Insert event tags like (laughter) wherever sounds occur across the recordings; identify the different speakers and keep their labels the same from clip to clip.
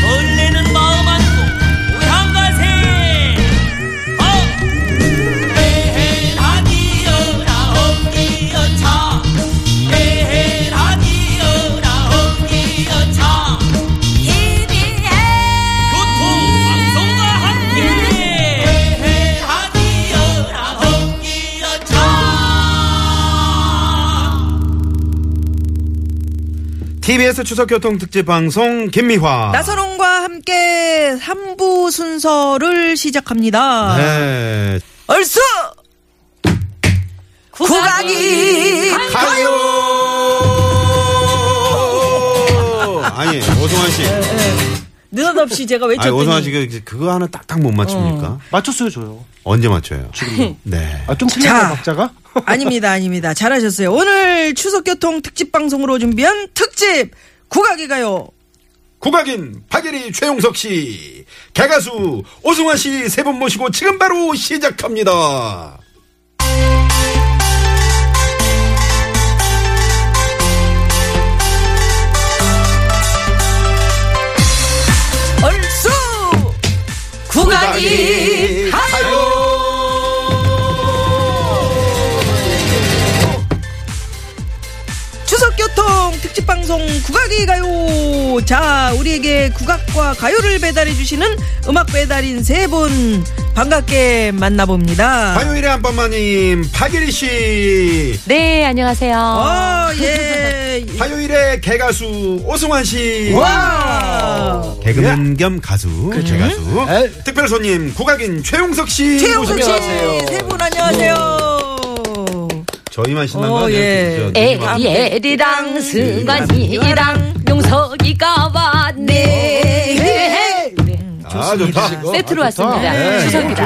Speaker 1: 설레는 마음 안고 우향가세 에헤 라디오라 옹기어차 에헤 라디오라 옹기어차
Speaker 2: EBS
Speaker 1: 교통방송과 함께 에헤 라디오라 옹기어차
Speaker 3: TBS 추석 교통 특집 방송 김미화.
Speaker 4: 나선홍과 함께 3부 순서를 시작합니다.
Speaker 3: 네.
Speaker 4: 얼쑤! 구각이!
Speaker 3: 가요. 아니 오성환 씨,
Speaker 4: 느닷없이 제가
Speaker 3: 아니 오성환 씨 그-
Speaker 4: 외쳤더니
Speaker 3: 그- 그거 하나 딱딱 못 맞춥니까?
Speaker 5: 맞췄어요, 저요.
Speaker 3: 언제 맞춰요? 지금. 네.
Speaker 5: 아, 좀
Speaker 4: 자.
Speaker 5: 틀렸나, 박자가?
Speaker 4: 아, 닙니다 아닙니다. 잘하셨어요. 오늘 추석 교통 특집 방송으로 준비한 특집 구각이 가요.
Speaker 3: 국악인 박예리 최용석 씨, 개가수 오승환 씨 세 분 모시고 지금 바로 시작합니다.
Speaker 4: 얼쑤! 구각이! 추석 교통 특집 방송 국악이 가요. 자, 우리에게 국악과 가요를 배달해 주시는 음악 배달인 세 분 반갑게 만나봅니다.
Speaker 3: 화요일에 한번만님 박예리 씨,
Speaker 6: 네, 안녕하세요.
Speaker 4: 어, 예.
Speaker 3: 화요일에 개가수 오승환 씨.
Speaker 4: 와!
Speaker 3: 개그맨 겸 가수, 개가수.
Speaker 5: 에이.
Speaker 3: 특별 손님, 국악인 최용석 씨.
Speaker 4: 최용석 씨,
Speaker 5: 안녕하세요.
Speaker 4: 세 분 안녕하세요.
Speaker 3: 저희만 신난
Speaker 4: 어,
Speaker 3: 거 아니에요?
Speaker 4: 예.
Speaker 3: 저 누구만-
Speaker 6: 애리, 애리랑, 승관이랑, 용석이가 네, 왔네.
Speaker 3: 아, 좋다.
Speaker 6: 어, 세트로
Speaker 5: 아, 좋다.
Speaker 6: 왔습니다.
Speaker 3: 네.
Speaker 6: 추석이다. 어,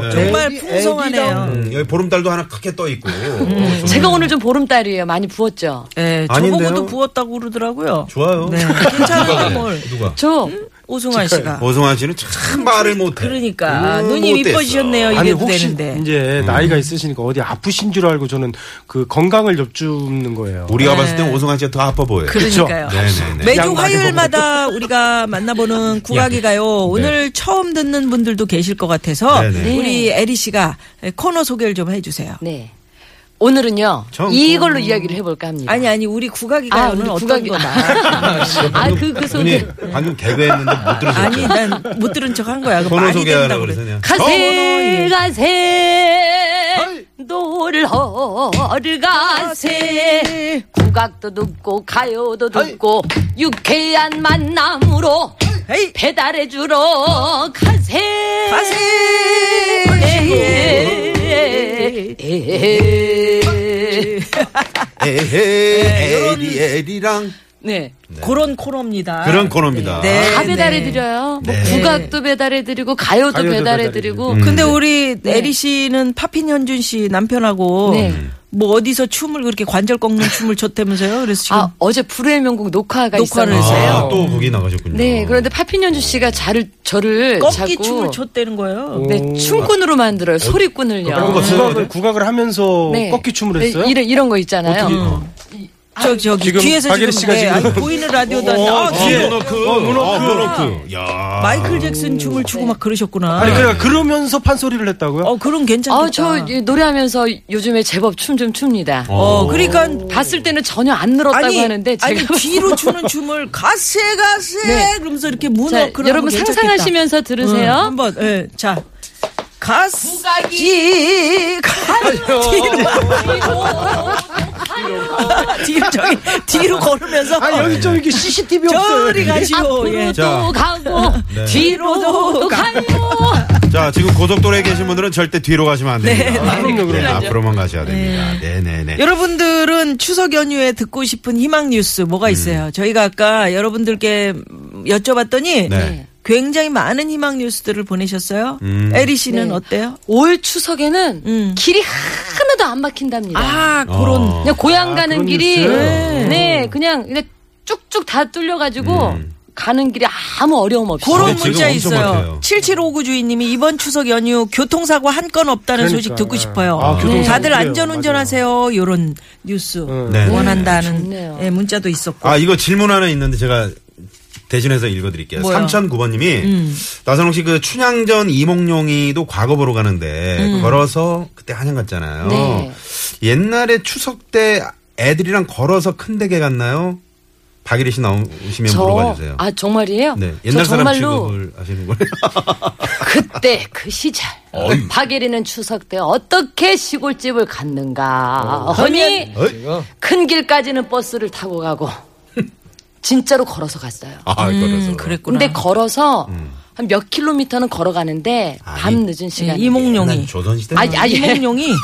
Speaker 5: 좋네요.
Speaker 4: 정말
Speaker 5: 애기, 애기랑.
Speaker 4: 풍성하네요.
Speaker 3: 음, 여기 보름달도 하나 크게 떠 있고.
Speaker 6: 네. 제가 오늘 좀 보름달이에요. 많이 부었죠?
Speaker 4: 예,
Speaker 3: 아닌데요?
Speaker 4: 저보고도 부었다고 그러더라고요.
Speaker 3: 좋아요.
Speaker 4: 네, 괜찮아요,
Speaker 3: 누가
Speaker 4: 뭘.
Speaker 3: 그래? 누가?
Speaker 6: 저,
Speaker 4: 오승환 씨가.
Speaker 3: 오승환 씨는 참 말을 못해.
Speaker 4: 그러니까
Speaker 3: 음,
Speaker 4: 눈이
Speaker 3: 못됐어.
Speaker 4: 이뻐지셨네요.
Speaker 5: 아니,
Speaker 4: 이래도
Speaker 5: 혹시
Speaker 4: 되는데.
Speaker 6: 음.
Speaker 5: 이제 나이가 있으시니까 어디 아프신 줄 알고 저는 그 건강을 엽주는 거예요.
Speaker 3: 우리가
Speaker 4: 네.
Speaker 3: 봤을 땐 오승환 씨가 더 아파 보여요.
Speaker 4: 그러니까요.
Speaker 3: 네네네.
Speaker 4: 매주
Speaker 5: 양말이
Speaker 4: 화요일마다 우리가
Speaker 3: (laughs)
Speaker 4: 만나보는 국악이 가요. 오늘 처음 듣는 분들도 계실 것 같아서
Speaker 3: 네. 네네.
Speaker 4: 우리 에리 씨가 코너 소개를 좀 해주세요.
Speaker 6: 네. 오늘은요,
Speaker 3: 전-
Speaker 6: 이걸로 이야기를 해볼까 합니다.
Speaker 4: 아니 아니 우리 국악이
Speaker 6: 아,
Speaker 4: 가요는
Speaker 6: 우리
Speaker 4: 어떤
Speaker 3: (laughs)
Speaker 6: 국악이-
Speaker 4: 거나
Speaker 6: 아, 그, 그 소개.
Speaker 3: 누님, 방금 개그했는데 못
Speaker 4: 아니
Speaker 3: 들으셨죠?
Speaker 4: 난 못 들은 척 한 거야. 그거
Speaker 3: 번호
Speaker 4: 많이
Speaker 3: 네.
Speaker 4: 된다
Speaker 3: 소개하라고
Speaker 4: 고
Speaker 3: 그래서 그냥.
Speaker 4: 그래.
Speaker 6: 가세 가세 노를 허르가세 국악도 듣고 가요도 듣고 유쾌한 만남으로
Speaker 4: 에이
Speaker 6: 배달해 주러 가세
Speaker 4: 가세.
Speaker 6: 네. 에헤, 에헤.
Speaker 3: 에헤, 에리, 에리랑.
Speaker 6: 네.
Speaker 4: 그런 코너입니다.
Speaker 3: 그런 코너입니다.
Speaker 4: 네.
Speaker 6: 다 배달해 드려요. 뭐
Speaker 3: 네.
Speaker 6: 국악도 배달해 드리고 가요도,
Speaker 5: 가요도
Speaker 6: 배달해
Speaker 5: 배달해
Speaker 6: 드리고 음.
Speaker 4: 근데 우리 에리
Speaker 6: 네.
Speaker 4: 씨는 파핀 현준 씨 남편하고
Speaker 6: 네.
Speaker 4: 뭐 어디서 춤을 그렇게 관절 꺾는 춤을 췄다면서요? 그래서 지금
Speaker 6: 아, 어제 불후의 명곡 녹화가
Speaker 4: 녹화를
Speaker 6: 있었는데요.
Speaker 3: 아, 또 거기 나가셨군요.
Speaker 6: 네, 그런데 파핀연주 씨가 자를 저를
Speaker 4: 꺾기
Speaker 6: 자꾸
Speaker 4: 춤을 췄다는 거예요.
Speaker 6: 네, 춤꾼으로 만들어요. 소리꾼을요.
Speaker 3: 그런 거 쓰-
Speaker 5: 아, 국악을, 국악을 하면서
Speaker 6: 네.
Speaker 5: 꺾기 춤을 했어요?
Speaker 6: 네, 이런 이런 거 있잖아요.
Speaker 4: 아, 저 저기
Speaker 5: 지금
Speaker 4: 뒤에서 지금,
Speaker 5: 박예리 씨가
Speaker 4: 네,
Speaker 5: 지금-
Speaker 4: 아니, 보이는 라디오도 아니- 아,
Speaker 3: 어, 모노크. 어, 모노크. 야.
Speaker 4: 마이클 잭슨 춤을 추고 막 그러셨구나.
Speaker 5: 아니, 그러니까 그러면서 판소리를 했다고요?
Speaker 4: 어 그럼 괜찮겠다.
Speaker 6: 아, 저 이, 노래하면서 요즘에 제법 춤 좀 춥니다.
Speaker 4: 어 그러니까
Speaker 6: 봤을 때는 전혀 안 늘었다고
Speaker 4: 아니
Speaker 6: 어, 하는데 제가 (laughs)
Speaker 4: 아니 뒤로 추는 춤을 가세 가세
Speaker 6: 네.
Speaker 4: 그러면서 이렇게 문어
Speaker 6: 자,
Speaker 4: 그런
Speaker 6: 여러분
Speaker 4: 거 괜찮겠다.
Speaker 6: 상상하시면서
Speaker 4: 응,
Speaker 6: 들으세요.
Speaker 4: 한번 예. 자. 가스지 가요 뒤로 뒤로 저기 뒤로 걸으면서
Speaker 5: 아니,
Speaker 6: 어,
Speaker 5: 여기 좀 이렇게 CCTV 없어요.
Speaker 4: 저리 가시오 예.
Speaker 6: 앞으로도
Speaker 3: 자.
Speaker 6: 가고
Speaker 4: 네.
Speaker 6: 뒤로도
Speaker 4: 뒤로도
Speaker 6: 가요.
Speaker 3: 자, 지금 고속도로에 계신 분들은 절대 뒤로 가시면 안 됩니다.
Speaker 5: 그럼요, 그럼요.
Speaker 3: 네, 앞으로만 가셔야 됩니다. 네, 네, 네.
Speaker 4: 여러분들은 추석 연휴에 듣고 싶은 희망 뉴스
Speaker 3: 음.
Speaker 4: 뭐가 있어요? 저희가 아까 여러분들께 여쭤봤더니
Speaker 3: 네.
Speaker 4: 굉장히 많은 희망 뉴스들을 보내셨어요.
Speaker 3: 음.
Speaker 4: 에리 씨는
Speaker 6: 네.
Speaker 4: 어때요?
Speaker 6: 올 추석에는
Speaker 4: 음.
Speaker 6: 길이 하나도 안 막힌답니다.
Speaker 4: 아, 그런
Speaker 3: 어.
Speaker 6: 그냥 고향 가는
Speaker 5: 그런
Speaker 6: 길이
Speaker 5: 뉴스.
Speaker 3: 음.
Speaker 6: 네, 그냥 그냥 쭉쭉 다 뚫려가지고 가는 길에 아무 어려움 없이
Speaker 4: 그런
Speaker 3: 근데 지금
Speaker 4: 문자
Speaker 3: 엄청
Speaker 4: 있어요.
Speaker 3: 많대요.
Speaker 4: 7759 주인님이 이번 추석 연휴 교통사고 한 건 없다는
Speaker 5: 그러니까,
Speaker 4: 소식 듣고
Speaker 5: 예.
Speaker 4: 싶어요.
Speaker 5: 아, 교통사고
Speaker 4: 다들
Speaker 5: 그래요.
Speaker 4: 안전 운전하세요. 요런 뉴스
Speaker 3: 네.
Speaker 4: 원한다는
Speaker 6: 좋네요.
Speaker 4: 예, 문자도 있었고.
Speaker 3: 아, 이거 질문 하나 있는데 제가 대신해서 읽어드릴게요.
Speaker 4: 뭐요?
Speaker 3: 3009번님이
Speaker 6: 음.
Speaker 3: 나선홍 씨 그 춘향전 이몽룡이도 과거 보러 가는데 걸어서 그때 한양 갔잖아요.
Speaker 6: 음. 네.
Speaker 3: 옛날에 추석 때 애들이랑 걸어서 큰 댁에 갔나요? 박일희 씨 나오시면 물어봐 주세요.
Speaker 6: 저아 정말이에요?
Speaker 3: 네.
Speaker 6: 저
Speaker 3: 옛날 사람
Speaker 6: 정말로
Speaker 3: 취급을 하시는 거예요. (laughs)
Speaker 6: 그때 그 시절 박예리는 추석 때 어떻게 시골집을
Speaker 4: 어,
Speaker 6: 갔는가 허니
Speaker 3: 어이?
Speaker 6: 큰 길까지는 버스를 타고
Speaker 3: (laughs)
Speaker 6: 가고 진짜로 걸어서 갔어요.
Speaker 3: 아, 걸어서.
Speaker 4: 음, 그랬구나.
Speaker 6: 근데 걸어서
Speaker 3: 음.
Speaker 6: 한 몇 킬로미터는 걸어가는데 밤
Speaker 3: 이-
Speaker 6: 늦은
Speaker 4: 예,
Speaker 6: 시간
Speaker 3: 옛날
Speaker 6: 에
Speaker 4: 이몽룡이
Speaker 3: 조선시대.
Speaker 6: 아니, 아니,
Speaker 4: 이몽룡이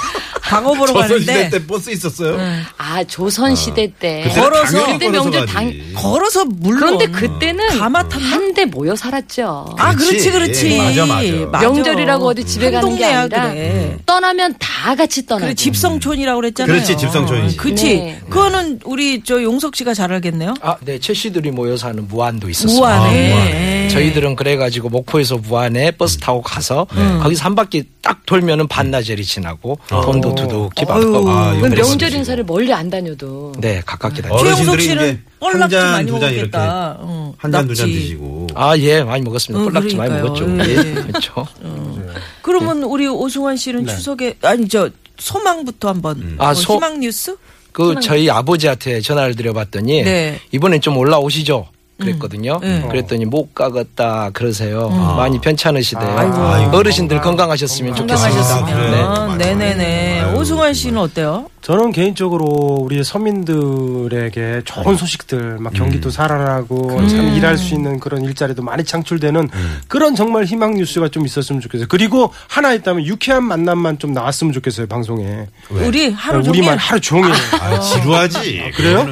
Speaker 4: 과거 보러
Speaker 3: 조선시대
Speaker 4: 가는데 네.
Speaker 3: 때 버스 있었어요?
Speaker 6: 아 조선 시대 때
Speaker 3: 그때는
Speaker 4: 걸어서-
Speaker 3: 당연히
Speaker 6: 그때
Speaker 3: 걸어서
Speaker 6: 명절
Speaker 3: 가지.
Speaker 6: 당-
Speaker 4: 걸어서 물론
Speaker 6: 그런데 그때는
Speaker 4: 가마 탔나?
Speaker 6: 한 대 모여 살았죠.
Speaker 4: 아 그렇지 그렇지.
Speaker 3: 예, 맞아, 맞아.
Speaker 6: 명절이라고 어디 집에
Speaker 4: 한
Speaker 6: 가는 게
Speaker 4: 동네야,
Speaker 6: 아니라
Speaker 4: 그래.
Speaker 6: 떠나면 다 같이 떠나요.
Speaker 4: 그래 집성촌이라고 그랬잖아요. 어,
Speaker 3: 그렇지, 집성촌이지.
Speaker 4: 그렇지.
Speaker 6: 네.
Speaker 4: 그거는 우리 저 용석 씨가 잘 알겠네요.
Speaker 7: 아, 네, 최씨들이 모여서 하는 무안도 있었어요.
Speaker 4: 우아네.
Speaker 7: 저희들은 그래가지고 목포에서 무안에 버스 타고 가서 거기서 한 바퀴 딱 돌면은 반나절이 지나고
Speaker 3: 어.
Speaker 7: 돈도 두둑히 받고.
Speaker 3: 아,
Speaker 6: 그럼
Speaker 3: 그랬어,
Speaker 6: 명절
Speaker 3: 지금.
Speaker 6: 인사를 멀리 안 다녀도
Speaker 7: 네, 가깝게 다니.
Speaker 3: 어르신들이
Speaker 4: 최용석
Speaker 3: 이제
Speaker 4: 씨는 뻘락도
Speaker 3: 한 잔,
Speaker 4: 많이
Speaker 3: 두잔
Speaker 4: 먹었겠다.
Speaker 3: 이렇게
Speaker 4: 어,
Speaker 3: 한 잔 두 잔
Speaker 4: 낙지.
Speaker 3: 드시고.
Speaker 7: 아, 예, 많이 먹었습니다.
Speaker 4: 어,
Speaker 7: 꼴락지 많이 먹었죠.
Speaker 4: 그러니까요.
Speaker 7: 예,
Speaker 4: 예.
Speaker 7: 그렇죠.
Speaker 4: 그러면
Speaker 3: 네.
Speaker 4: 우리 오승환 씨는 추석에 아니 저 소망부터 한번
Speaker 3: 음.
Speaker 7: 아,
Speaker 4: 뭐
Speaker 7: 소-
Speaker 4: 희망 뉴스?
Speaker 7: 그 저희 아버지한테 전화를 드려봤더니
Speaker 4: 네.
Speaker 7: 이번엔 좀 올라오시죠. 그랬거든요.
Speaker 4: 네.
Speaker 7: 그랬더니 못 가겠다 그러세요. 많이 편찮으시대요.
Speaker 3: 아이고.
Speaker 7: 어르신들 건강하셨으면 좋겠습니다.
Speaker 3: 건강하셨으면.
Speaker 7: 네.
Speaker 4: 아,
Speaker 3: 맞아요.
Speaker 4: 네네네.
Speaker 3: 아유,
Speaker 4: 오승환 씨는 어때요?
Speaker 5: 저는 개인적으로 우리 서민들에게
Speaker 3: 음.
Speaker 5: 좋은 소식들, 막 경기도 살아나고
Speaker 4: 음.
Speaker 5: 참
Speaker 4: 네.
Speaker 5: 일할 수 있는 그런 일자리도 많이 창출되는
Speaker 3: 음.
Speaker 5: 그런 정말 희망 뉴스가 좀 있었으면 좋겠어요. 그리고 하나 있다면 유쾌한 만남만 좀 나왔으면 좋겠어요 방송에. 아,
Speaker 3: 왜?
Speaker 4: 우리
Speaker 6: 네,
Speaker 4: 하루 종일
Speaker 5: 우리만 하루 종일
Speaker 3: 아, 지루하지. 그래요?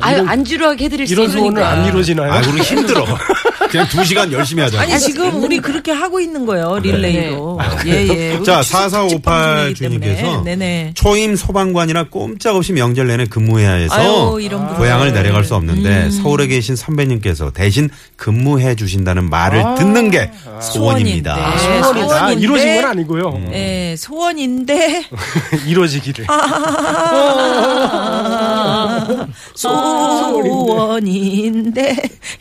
Speaker 6: 아유 안 지루하게 해드릴 수
Speaker 5: 이런 소원은
Speaker 6: 있으니까.
Speaker 5: 안 이루어지나요?
Speaker 3: 아, 우리 힘들어. (laughs) 그냥 두 시간 열심히 하자.
Speaker 4: 아니
Speaker 6: 네.
Speaker 4: 지금 우리 그렇게 하고 있는 거예요 릴레이로.
Speaker 6: 아,
Speaker 4: 예예.
Speaker 3: 네. 자, 4458 주님께서
Speaker 4: 네네.
Speaker 3: 초임 소방관이라 꼼짝없이 명절 내내 근무해야 해서
Speaker 4: 아유, 이런 분들. 음.
Speaker 3: 고향을 내려갈 수 없는데 서울에 계신 선배님께서 대신 근무해 주신다는 말을
Speaker 4: 아,
Speaker 3: 듣는 게 소원입니다.
Speaker 4: 소원인데.
Speaker 5: 아, 소원이다.
Speaker 4: 소원인데.
Speaker 5: 이루어진 건 아니고요.
Speaker 3: 음.
Speaker 4: 예
Speaker 3: (laughs)
Speaker 4: 소원인데
Speaker 5: (laughs) 이루어지기를.
Speaker 4: 아, 소원인데 (laughs)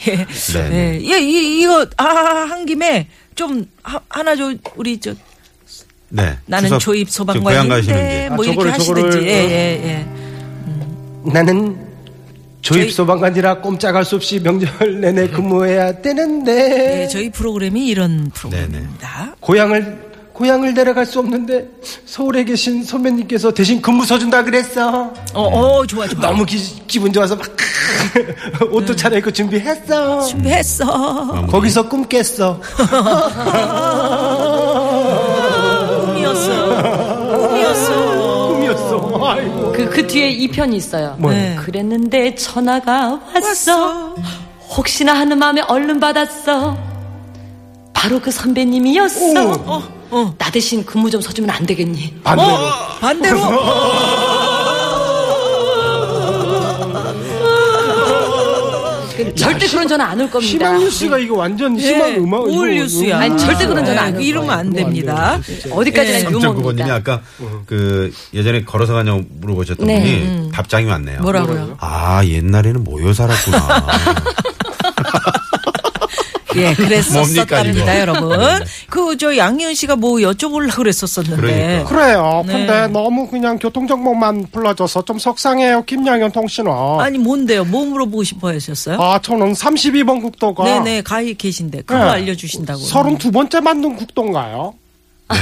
Speaker 4: 예.
Speaker 3: 네,
Speaker 4: 예. 예, 이, 이거 아 한 김에 좀 하, 하나 좀 우리 저
Speaker 3: 네.
Speaker 4: 나는
Speaker 3: 추석
Speaker 4: 조입
Speaker 3: 고향 가시는지.
Speaker 4: 소방관인데 뭐
Speaker 5: 아,
Speaker 4: 이렇게
Speaker 5: 저거를,
Speaker 4: 하시든지
Speaker 5: 저거를,
Speaker 4: 예예 예.
Speaker 5: 나는
Speaker 4: 저희-
Speaker 5: 조입 소방관이라 꼼짝할 수 없이 명절 내내 근무해야 되는데
Speaker 4: 예, 저희 프로그램이 이런
Speaker 3: 네네.
Speaker 4: 프로그램입니다.
Speaker 5: 고향을 고향을 내려갈 수 없는데 서울에 계신 선배님께서 대신 근무 서준다 그랬어.
Speaker 4: 어, 어 좋아 좋아.
Speaker 5: 너무 기, 분 좋아서 막 (laughs)
Speaker 4: 네.
Speaker 5: 옷도 차려입고 준비했어.
Speaker 4: 준비했어.
Speaker 5: 거기서 꿈 깼어.
Speaker 4: 꿈이었어. 꿈이었어.
Speaker 5: 꿈이었어. 아이고.
Speaker 6: 그, 그 뒤에 이 편이 있어요. 네.
Speaker 4: 뭐예요?
Speaker 6: 그랬는데 전화가 왔어.
Speaker 4: 왔어.
Speaker 6: 혹시나 하는 마음에 얼른 받았어. 바로 그 선배님이었어. 나 대신 근무 좀 서주면 안 되겠니?
Speaker 5: 반대로.
Speaker 4: 반대로.
Speaker 6: 그 절대 그런 전화 안 올 겁니다.
Speaker 5: 희망 뉴스가 이거 완전 희망
Speaker 4: 예,
Speaker 5: 음악
Speaker 4: 네. 우울 뉴스야. 네.
Speaker 6: 아니, 절대 그런 전화 안 해요.
Speaker 4: 이러면 안 됩니다.
Speaker 6: 어디까지나
Speaker 3: 정구보님이
Speaker 6: 유머입니다.
Speaker 3: 아까 그 예전에 걸어서 가냐고 물어보셨던
Speaker 6: 네.
Speaker 3: 분이 답장이 왔네요.
Speaker 4: 음. 뭐라고요?
Speaker 3: 아 옛날에는 모여
Speaker 4: (laughs)
Speaker 3: 살았구나.
Speaker 4: 예,
Speaker 3: 뭡니까, 이거? 네,
Speaker 4: 그랬었답니다, 여러분. 그, 저, 양희은 씨가 뭐 여쭤보려고 그랬었었는데.
Speaker 3: 그러니까.
Speaker 5: 그래요.
Speaker 4: 네.
Speaker 5: 근데 너무 그냥 교통정보만 불러줘서 좀 속상해요. 김양현 통신원.
Speaker 4: 아니, 뭔데요? 뭐 물어보고 싶어 하셨어요?
Speaker 5: 아, 저는 32번
Speaker 3: 아.
Speaker 5: 국도가
Speaker 4: 네네, 가히 계신데. 그거
Speaker 5: 네.
Speaker 4: 알려주신다고.
Speaker 5: 32번째 만든 국도인가요? 네.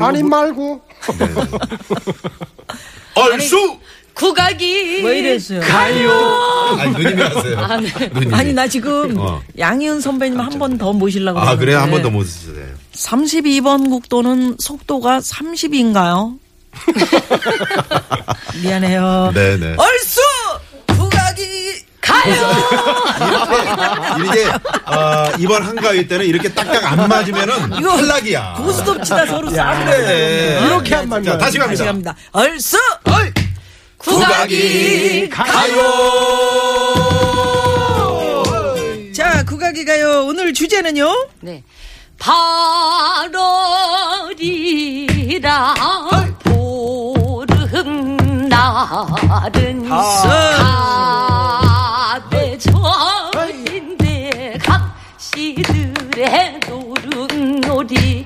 Speaker 5: 아니 말고
Speaker 3: 얼쑤.
Speaker 6: 국악이
Speaker 4: 왜 이랬어요?
Speaker 3: 아니 누님이 하세요. 누님이.
Speaker 4: 아니, 나 지금
Speaker 3: 어.
Speaker 4: 양희은 선배님 한 번 더 모시려고.
Speaker 3: 아 그래 요 한 번 더 못 쓰세요.
Speaker 4: 32번 국도는 속도가
Speaker 3: (laughs)
Speaker 4: 30인가요? 미안해요.
Speaker 3: 네네.
Speaker 4: 얼쑤! 부각이!
Speaker 3: 이게 아, 이번 한가위 때는 이렇게 딱딱 안 맞으면은
Speaker 4: 이거
Speaker 3: 탈락이야.
Speaker 4: 고스톱 치다 서로 싸우네.
Speaker 3: 네.
Speaker 5: 이렇게 안 맞나요?
Speaker 3: 자, 다시 갑니다.
Speaker 4: 다시 갑니다. 얼쑤!
Speaker 3: 어이! 구각이 가요.
Speaker 4: 자, 국악이 가요. 오늘 주제는요?
Speaker 6: 네. 발월이라 보름 날은 가대절인데 각시들의 노름놀이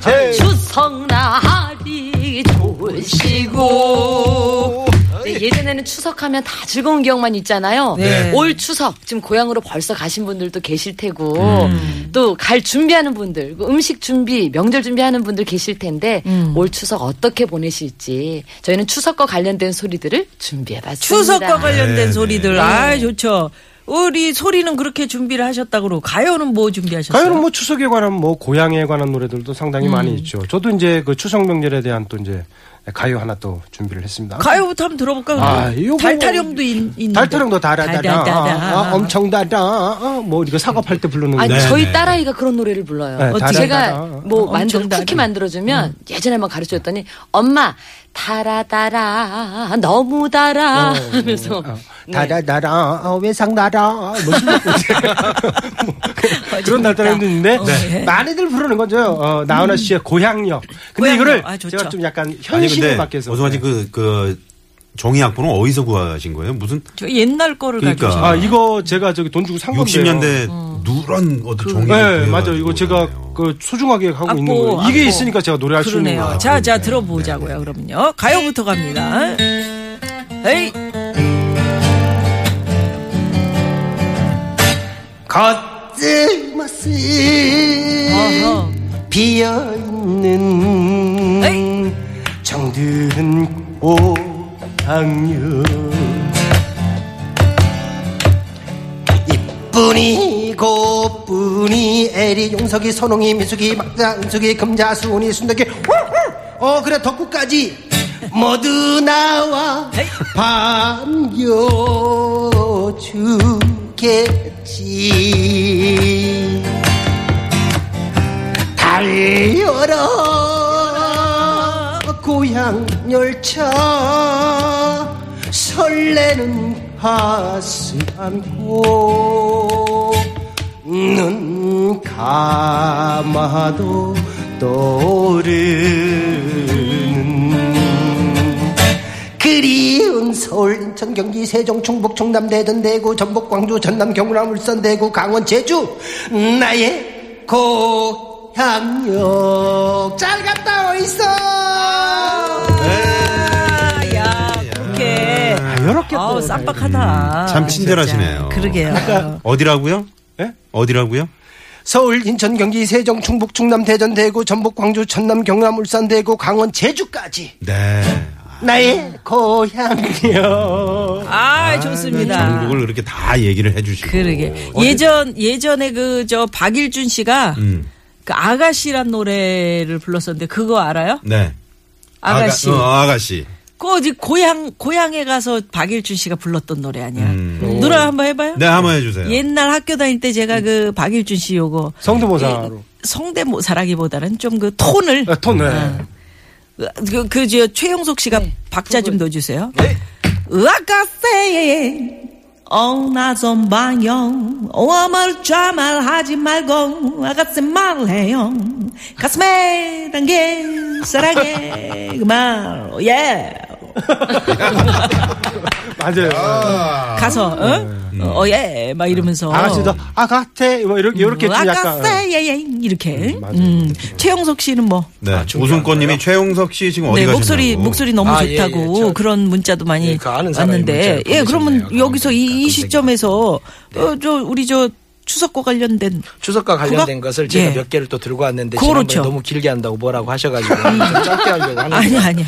Speaker 6: 추석날이 좋으시고 네, 예전에는 추석하면 다 즐거운 기억만 있잖아요.
Speaker 4: 네.
Speaker 6: 올 추석 지금 고향으로 벌써 가신 분들도 계실 테고
Speaker 4: 음.
Speaker 6: 또 갈 준비하는 분들 그 음식 준비 명절 준비하는 분들 계실 텐데
Speaker 4: 음.
Speaker 6: 올 추석 어떻게 보내실지 저희는 추석과 관련된 소리들을 준비해봤습니다.
Speaker 4: 추석과
Speaker 5: 네,
Speaker 4: 관련된 소리들. 아, 좋죠. 우리 소리는 그렇게 준비를 하셨다고 그러고, 가요는 뭐 준비하셨어요?
Speaker 5: 가요는 뭐 추석에 관한 뭐 고향에 관한 노래들도 상당히 많이 있죠. 저도 이제 그 추석 명절에 대한 또 이제 가요 하나 또 준비를 했습니다.
Speaker 4: 가요부터 한번 들어볼까?
Speaker 5: 아,
Speaker 4: 그럼?
Speaker 5: 요거-
Speaker 4: 달타령도 있, 있는데.
Speaker 5: 달타령도 달아다라,
Speaker 4: 달아다라.
Speaker 5: 아, 엄청 달아, 아, 뭐 이거 사과할 때 부르는
Speaker 6: 아니
Speaker 4: 네,
Speaker 5: 거.
Speaker 6: 저희 딸아이가 그런 노래를 불러요.
Speaker 5: 네,
Speaker 6: 어떻게?
Speaker 5: 달아,
Speaker 6: 제가
Speaker 5: 달아.
Speaker 6: 뭐
Speaker 4: 엄청 음.
Speaker 6: 만들 쿠키
Speaker 4: 달아.
Speaker 6: 만들어주면 예전에만 가르쳐줬더니 엄마 달아달아 너무 달아
Speaker 4: 어,
Speaker 6: 하면서 네.
Speaker 5: 달아달아, 아, 외상 달아, 아, 뭐 신나고
Speaker 8: (laughs)
Speaker 5: 이제 뭐 그런 날따라 했는데
Speaker 4: 네. 음.
Speaker 5: 많이들 부르는 거죠. 어, 나훈아 씨의 고향역.
Speaker 4: 고향역.
Speaker 5: 근데 이거를
Speaker 4: 아, 좋죠.
Speaker 5: 제가 좀 약간
Speaker 8: 아니
Speaker 5: 현실에
Speaker 8: 근데
Speaker 5: 맞게서. 네.
Speaker 8: 어성환 씨그그 종이 악보는 어디서 구하신 거예요? 무슨
Speaker 4: 저 옛날 거를
Speaker 8: 그러니까.
Speaker 4: 가지고.
Speaker 5: 아 이거 제가 저기 돈 주고 산 건데요.
Speaker 8: 60년대
Speaker 4: 음.
Speaker 8: 누런 어떤 종이
Speaker 5: 네,
Speaker 8: 악보 해가지고
Speaker 5: 맞아요. 이거 제가
Speaker 8: 그러네요.
Speaker 5: 그 소중하게 하고
Speaker 4: 악보,
Speaker 5: 있는 거예요. 이게
Speaker 4: 악보.
Speaker 5: 있으니까 제가 노래할 수 있는 네,
Speaker 4: 그러네요. 아,
Speaker 5: 거예요.
Speaker 4: 자, 자, 들어보자고요, 그럼요. 가요부터 갑니다. 에이,
Speaker 5: 걷지 마시
Speaker 4: 어허.
Speaker 5: 비어 있는
Speaker 4: 에이.
Speaker 5: 정든 오학년
Speaker 9: 이뿐이 고뿐이 애리 용석이 선홍이 민숙이 막자 은숙이 금자 수은이 순덕이 후후! 어 그래 덕구까지 모두 나와 반겨주겠지 달려라 고향 열차 설레는 가슴 안고 눈 감아도 떠오르는 그리운 서울 인천 경기 세종 충북 충남 대전 대구 전북 광주 전남 경남 울산 대구 강원 제주 나의 고향역 잘 갔다 오 있어
Speaker 4: 아, 야, 그렇게.
Speaker 5: 이렇게
Speaker 4: 아우, 쌈박하다. 예,
Speaker 8: 참 친절하시네요.
Speaker 4: 진짜. 아, 그렇죠. 그러게요.
Speaker 8: 어디라고요?
Speaker 5: 예?
Speaker 8: 어디라고요?
Speaker 9: 서울 인천 경기 세종 충북 충남 대전 대구 전북 광주 전남 경남 울산 대구 강원 제주까지
Speaker 8: 네.
Speaker 9: 나의 고향역
Speaker 4: 아, 좋습니다.
Speaker 8: 전국을 그렇게 다 얘기를 해주시고.
Speaker 4: 그러게.
Speaker 8: 어디-
Speaker 4: 예전, 예전에 그, 저, 박일준 씨가
Speaker 8: 음.
Speaker 4: 그 아가씨란 노래를 불렀었는데 그거 알아요?
Speaker 8: 네.
Speaker 4: 아가씨.
Speaker 8: 아가, 어, 아가씨.
Speaker 4: 그, 이제 고향, 고향에 가서 박일준 씨가 불렀던 노래 아니야.
Speaker 8: 음.
Speaker 4: 누나 한번 해봐요?
Speaker 8: 네, 한번 해주세요.
Speaker 4: 옛날 학교 다닐 때 제가 그 박일준 씨 요거 네.
Speaker 5: 성대모사로
Speaker 4: 성대모사라기보다는 좀 그 톤을
Speaker 5: 아, 톤 네.
Speaker 4: 그, 그, 저, 최영석 씨가 박자 좀 넣어주세요. 으아까세, 엉나선 방영, 오아말 좌말 하지 말고, 아가씨 말해요. 가슴에 단계, 사랑해, 그 말, 예.
Speaker 5: 맞아요.
Speaker 4: 가서, 어? 어, 예, 막 이러면서.
Speaker 5: 아가씨도 아가테 뭐 이렇게 이렇게 좀 약간
Speaker 4: 음. 아가씨, 예, 예, 이렇게.
Speaker 5: 맞아요.
Speaker 4: 음, 최영석 씨는 뭐.
Speaker 8: 네.
Speaker 5: 아,
Speaker 8: 오승권님이 최용석 씨 지금 어디
Speaker 4: 네,
Speaker 8: 가셨나요?
Speaker 4: 목소리 목소리 너무
Speaker 7: 아, 예,
Speaker 4: 좋다고
Speaker 7: 예. 저-
Speaker 4: 그런 문자도 많이
Speaker 7: 예, 그 아는 사람이
Speaker 4: 왔는데
Speaker 7: 문자를
Speaker 4: 예 그러면
Speaker 7: 보내셨네요.
Speaker 4: 여기서 이, 이 시점에서
Speaker 7: 네.
Speaker 4: 어, 저 우리 저 추석과 관련된
Speaker 7: 추석과 관련된
Speaker 4: 국악?
Speaker 7: 것을 제가
Speaker 4: 예.
Speaker 7: 몇 개를 또 들고 왔는데
Speaker 4: 그렇죠. 음.
Speaker 7: 지난번에 너무 길게 한다고 뭐라고 하셔가지고 좀 짧게 하려고 하는
Speaker 4: 아니 아니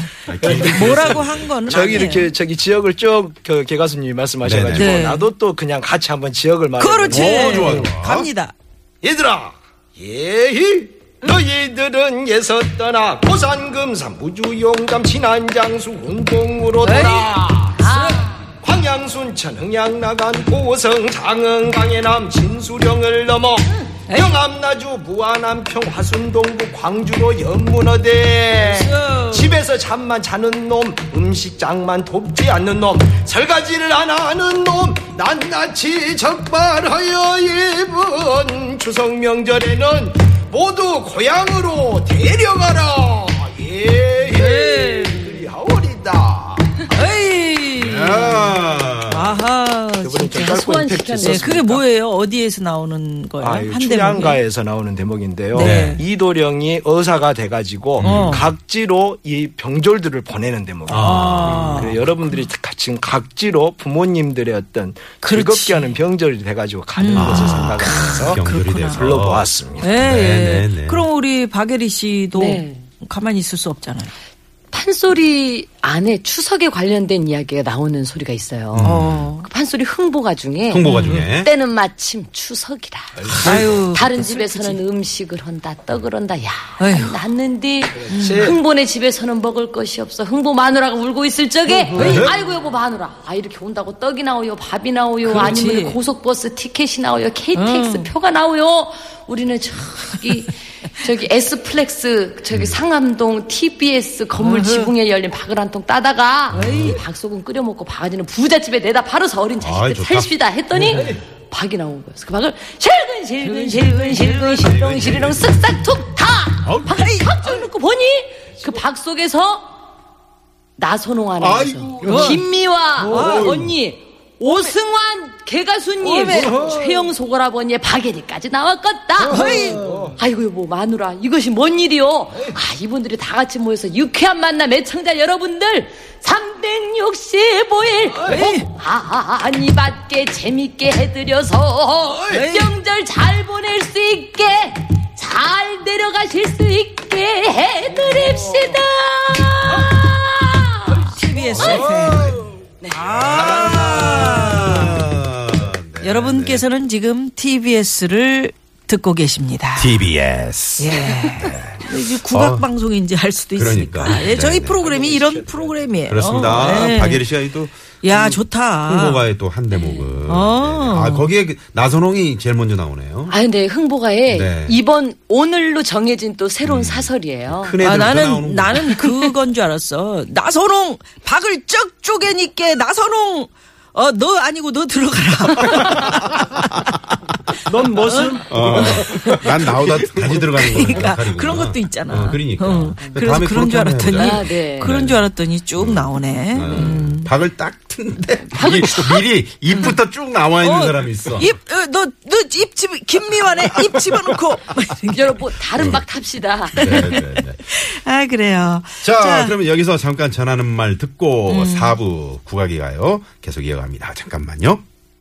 Speaker 4: 뭐라고 한 거는
Speaker 7: 네. 저기
Speaker 4: 아니에요.
Speaker 7: 이렇게 저기 지역을 쭉그 개가수님이 말씀하셔가지고
Speaker 4: 네네. 네.
Speaker 7: 나도 또 그냥 같이 한번 지역을 말해.
Speaker 4: 그렇지 네.
Speaker 7: 오,
Speaker 4: 갑니다
Speaker 7: 얘들아 예희 너희들은 예서 떠나 고산 금산 무주 용감 친한 장수 운동으로 떠나 광양 순천 흥양 나간 고성 장흥 강해남 진수령을 넘어 영암
Speaker 6: 그렇죠.
Speaker 7: 나주 무안암평 화순 동부 광주로 연문어대 집에서 그래서 잠만 자는 놈 음식장만 돕지 않는 놈 설거지를 안 하는 놈 낱낱이 적발하여 일본 추석 명절에는 모두 고향으로 데려가라 예예
Speaker 6: 네.
Speaker 7: 그리하오리다
Speaker 4: 에이.
Speaker 10: 아,
Speaker 4: 아하.
Speaker 6: 진짜 소환시켰네.
Speaker 4: 네, 그게 뭐예요? 어디에서 나오는 거예요?
Speaker 11: 아,
Speaker 4: 한 대목에?
Speaker 11: 춘향가에서 나오는 대목인데요.
Speaker 4: 네.
Speaker 11: 이도령이 의사가 돼가지고
Speaker 4: 어.
Speaker 11: 각지로 이 병졸들을 보내는 대목이에요.
Speaker 4: 아.
Speaker 11: 그래서 여러분들이 가- 지금 각지로 부모님들의 어떤
Speaker 4: 그렇지. 음. 아.
Speaker 11: 즐겁게 하는 병졸이 돼가지고 가는 것을 생각하면서
Speaker 3: 병들이 돼서
Speaker 11: 불러보았습니다.
Speaker 4: 예, 예.
Speaker 3: 네, 네, 네.
Speaker 4: 그럼 우리 박예리 씨도
Speaker 6: 네.
Speaker 4: 가만히 있을 수 없잖아요.
Speaker 6: 판소리 안에 추석에 관련된 이야기가 나오는 소리가 있어요.
Speaker 4: 어.
Speaker 6: 그 판소리 흥보가 중에 음.
Speaker 3: 홍보가 중에
Speaker 6: 때는 마침 추석이라.
Speaker 4: 아유.
Speaker 6: 다른 집에서는 음식을 한다, 떡을 한다, 야,
Speaker 4: 아휴.
Speaker 6: 났는디 흥보네 집에서는 먹을 것이 없어. 흥보 마누라가 울고 있을 적에,
Speaker 4: 네.
Speaker 6: 아이고 여보 마누라, 아 이렇게 온다고 떡이 나오요, 밥이 나오요,
Speaker 4: 그렇지.
Speaker 6: 아니면 고속버스 티켓이 나오요, KTX 표가 나오요. 우리는 저기 저기 S 플렉스 저기 상암동 TBS 건물 지붕에 열린 박을 한 통 따다가 박소금 끓여 먹고 바가지는 부잣집에 내다 바로서 어린
Speaker 3: 아이,
Speaker 6: 자식들
Speaker 3: 좋다.
Speaker 6: 살시다 했더니 박이 나온 거였어. 그 박을 실근 실근 실근 실근 실렁 실렁 쓱싹 툭 다 박을 팍쭉 넣고 보니 그 박 속에서 나선홍 아나운서,
Speaker 10: 아이고.
Speaker 6: 김미화 언니, 오승환 개가수님, 최영소 고라버니의 박예리까지 나왔겠다. 아이고 여보 마누라 이것이 뭔 일이오? 아 이분들이 다 같이 모여서 유쾌한 만남 애청자 여러분들 365일 복 많이 받게 재밌게 해드려서 명절 잘 보낼 수 있게 잘 내려가실 수 있게 해드립시다.
Speaker 4: TBS
Speaker 7: 어.
Speaker 4: FM. 아.
Speaker 8: 네.
Speaker 3: 네,
Speaker 4: 여러분께서는 지금 TBS를 듣고 계십니다.
Speaker 3: TBS
Speaker 4: 예. 이게 국악 방송인지 알 수도 있으니까.
Speaker 3: 아, 그러니까.
Speaker 4: 예, 저희
Speaker 3: 네네.
Speaker 4: 프로그램이 이런 프로그램이에요.
Speaker 3: 그렇습니다.
Speaker 4: 예.
Speaker 3: 박예리 씨가 또
Speaker 4: 야 좋다.
Speaker 3: 홍보가의 또 한 대목을
Speaker 4: 아. 어.
Speaker 3: 네네. 아 거기에 그 나선홍이 제일 먼저 나오네요.
Speaker 6: 아, 근데 흥보가에
Speaker 3: 네.
Speaker 6: 이번 오늘로 정해진 또 새로운 사설이에요.
Speaker 3: 큰 애들부터
Speaker 4: 아, 나는
Speaker 3: 나오는
Speaker 4: 나는 그건 줄 알았어. 나선홍 박을 쩍 쪼개니께 나선홍 어 너 아니고
Speaker 3: 네.
Speaker 4: 너 들어가라.
Speaker 11: 넌 무슨
Speaker 3: 어. 난 나오다 다시 들어가는 거니까.
Speaker 4: 그러니까
Speaker 3: 다리구나.
Speaker 4: 그런 것도 있잖아.
Speaker 3: 어, 그러니까.
Speaker 4: 어, 그래서
Speaker 3: 다음에
Speaker 4: 그런
Speaker 3: 그렇게
Speaker 4: 줄 알았더니
Speaker 3: 한번 아,
Speaker 6: 아, 네.
Speaker 4: 그런 줄 알았더니 쭉 나오네. 음.
Speaker 3: 박을 딱
Speaker 4: (laughs)
Speaker 3: 튼데 미리, 미리 입부터 쭉 나와 있는 사람이 있어.
Speaker 4: 입너너입집 김미환의 입
Speaker 3: (laughs)
Speaker 4: 집어넣고
Speaker 6: 여러분 다른 박 탑시다.
Speaker 3: 네, 네, 네.
Speaker 4: 아 그래요.
Speaker 3: 자, 그러면
Speaker 4: 음.
Speaker 3: 여기서 잠깐 전하는 말 듣고 사 4부 국악이 가요. 계속 이어갑니다. 잠깐만요.